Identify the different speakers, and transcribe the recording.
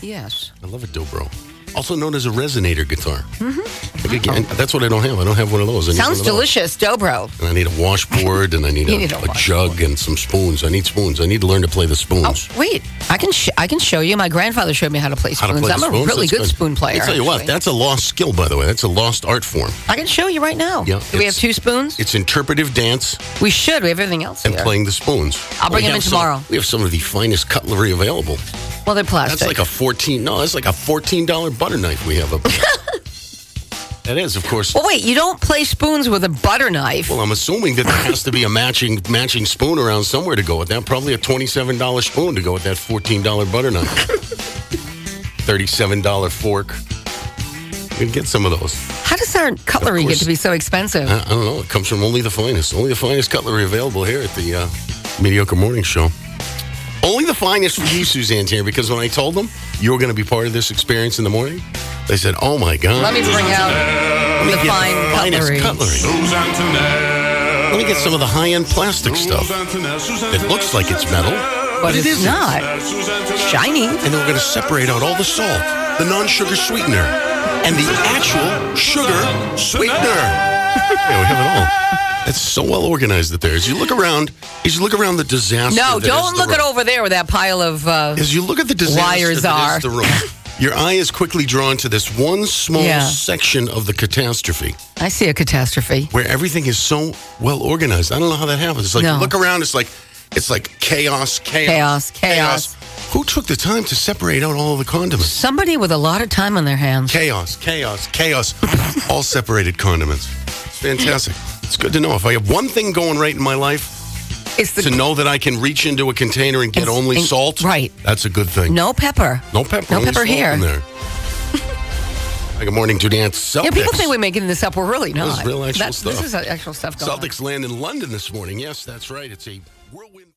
Speaker 1: Yes.
Speaker 2: I love a dobro. Also known as a resonator guitar. Like, again, that's what I don't have. I don't have one of those. I need one
Speaker 1: Sounds
Speaker 2: of those.
Speaker 1: delicious, Dobro.
Speaker 2: And I need a washboard, and I need
Speaker 1: You
Speaker 2: a,
Speaker 1: need a
Speaker 2: a
Speaker 1: washboard.
Speaker 2: jug and some spoons. I need spoons. I need to learn to play the
Speaker 1: Oh,
Speaker 2: spoons.
Speaker 1: wait. I can sh- I can show you. My grandfather showed me how to play
Speaker 2: How
Speaker 1: spoons.
Speaker 2: to play
Speaker 1: I'm
Speaker 2: the spoons?
Speaker 1: a really
Speaker 2: That's
Speaker 1: good, spoon player.
Speaker 2: I tell you what,
Speaker 1: actually.
Speaker 2: that's a lost skill, by the way. That's a lost art form.
Speaker 1: I can show you right now.
Speaker 2: Yeah,
Speaker 1: Do we have
Speaker 2: it's-
Speaker 1: two spoons?
Speaker 2: It's interpretive dance
Speaker 1: We should. We have everything else
Speaker 2: and
Speaker 1: here.
Speaker 2: playing the spoons.
Speaker 1: I'll bring
Speaker 2: We
Speaker 1: them
Speaker 2: have
Speaker 1: in
Speaker 2: some-
Speaker 1: tomorrow.
Speaker 2: we have some of the finest cutlery available.
Speaker 1: well, they're plastic.
Speaker 2: That's like a fourteen. No, that's like a fourteen dollar butter knife we have up. there. that is, of course.
Speaker 1: well, wait. You don't play spoons with a butter knife.
Speaker 2: Well, I'm assuming that there has to be a matching matching spoon around somewhere to go with that. Probably a twenty-seven dollar spoon to go with that fourteen dollar butter knife. Thirty-seven dollar fork. You can get some of those.
Speaker 1: how does our cutlery get
Speaker 2: course.
Speaker 1: to be so expensive?
Speaker 2: I, I don't know. It comes from only the finest. Only the finest cutlery available here at the uh, mediocre morning show. Only the finest for you, Suzanne, here, because when I told them you were going to be part of this experience in the morning, they said, "Oh my God!"
Speaker 1: Let me bring out the
Speaker 2: Let me get
Speaker 1: fine
Speaker 2: the finest
Speaker 1: cutlery.
Speaker 3: Suzanne Tenez.
Speaker 2: Let me get some of the high-end plastic stuff.
Speaker 3: Suzanne Tenez, Suzanne
Speaker 2: It looks like it's metal,
Speaker 1: But it's
Speaker 2: isn't.
Speaker 1: not.
Speaker 3: Suzanne Tenez.
Speaker 1: Shiny.
Speaker 2: and we're going to separate out all the salt, the non-sugar sweetener, and the actual sugar sweetener. yeah, we have it all. That's so well organized that there. As you look around, as you look around the disaster.
Speaker 1: No,
Speaker 2: that is
Speaker 1: don't
Speaker 2: the
Speaker 1: look
Speaker 2: road-
Speaker 1: it over there with that pile of. Uh,
Speaker 2: As you look at the disaster
Speaker 1: Wires
Speaker 2: that
Speaker 1: are.
Speaker 2: is the room, your eye is quickly drawn to this one small
Speaker 1: Yeah.
Speaker 2: section of the catastrophe
Speaker 1: I see a catastrophe.
Speaker 2: where everything is so well organized. I don't know how that happens. It's like
Speaker 1: No.
Speaker 2: you look around, it's like it's like chaos,
Speaker 1: Chaos,
Speaker 2: chaos,
Speaker 1: chaos.
Speaker 2: Who took the time to separate out all of the condiments?
Speaker 1: Somebody with a lot of time on their hands.
Speaker 2: Chaos, chaos, chaos. all separated condiments. It's fantastic. It's good to know. If I have one thing going right in my life,
Speaker 1: It's the
Speaker 2: to know that I can reach into a container and get
Speaker 1: It's-
Speaker 2: only
Speaker 1: and-
Speaker 2: salt,
Speaker 1: right.
Speaker 2: That's a good thing.
Speaker 1: no pepper.
Speaker 2: No pepper.
Speaker 1: No
Speaker 2: only
Speaker 1: pepper
Speaker 2: salt
Speaker 1: here.
Speaker 2: In there. Like a morning to dance. Celtics.
Speaker 1: Yeah, people think we're making this up. We're really
Speaker 2: This is
Speaker 1: not.
Speaker 2: real actual
Speaker 1: That-
Speaker 2: stuff.
Speaker 1: This is actual stuff going on.
Speaker 2: Celtics land in London this morning. Yes, that's right. It's a whirlwind.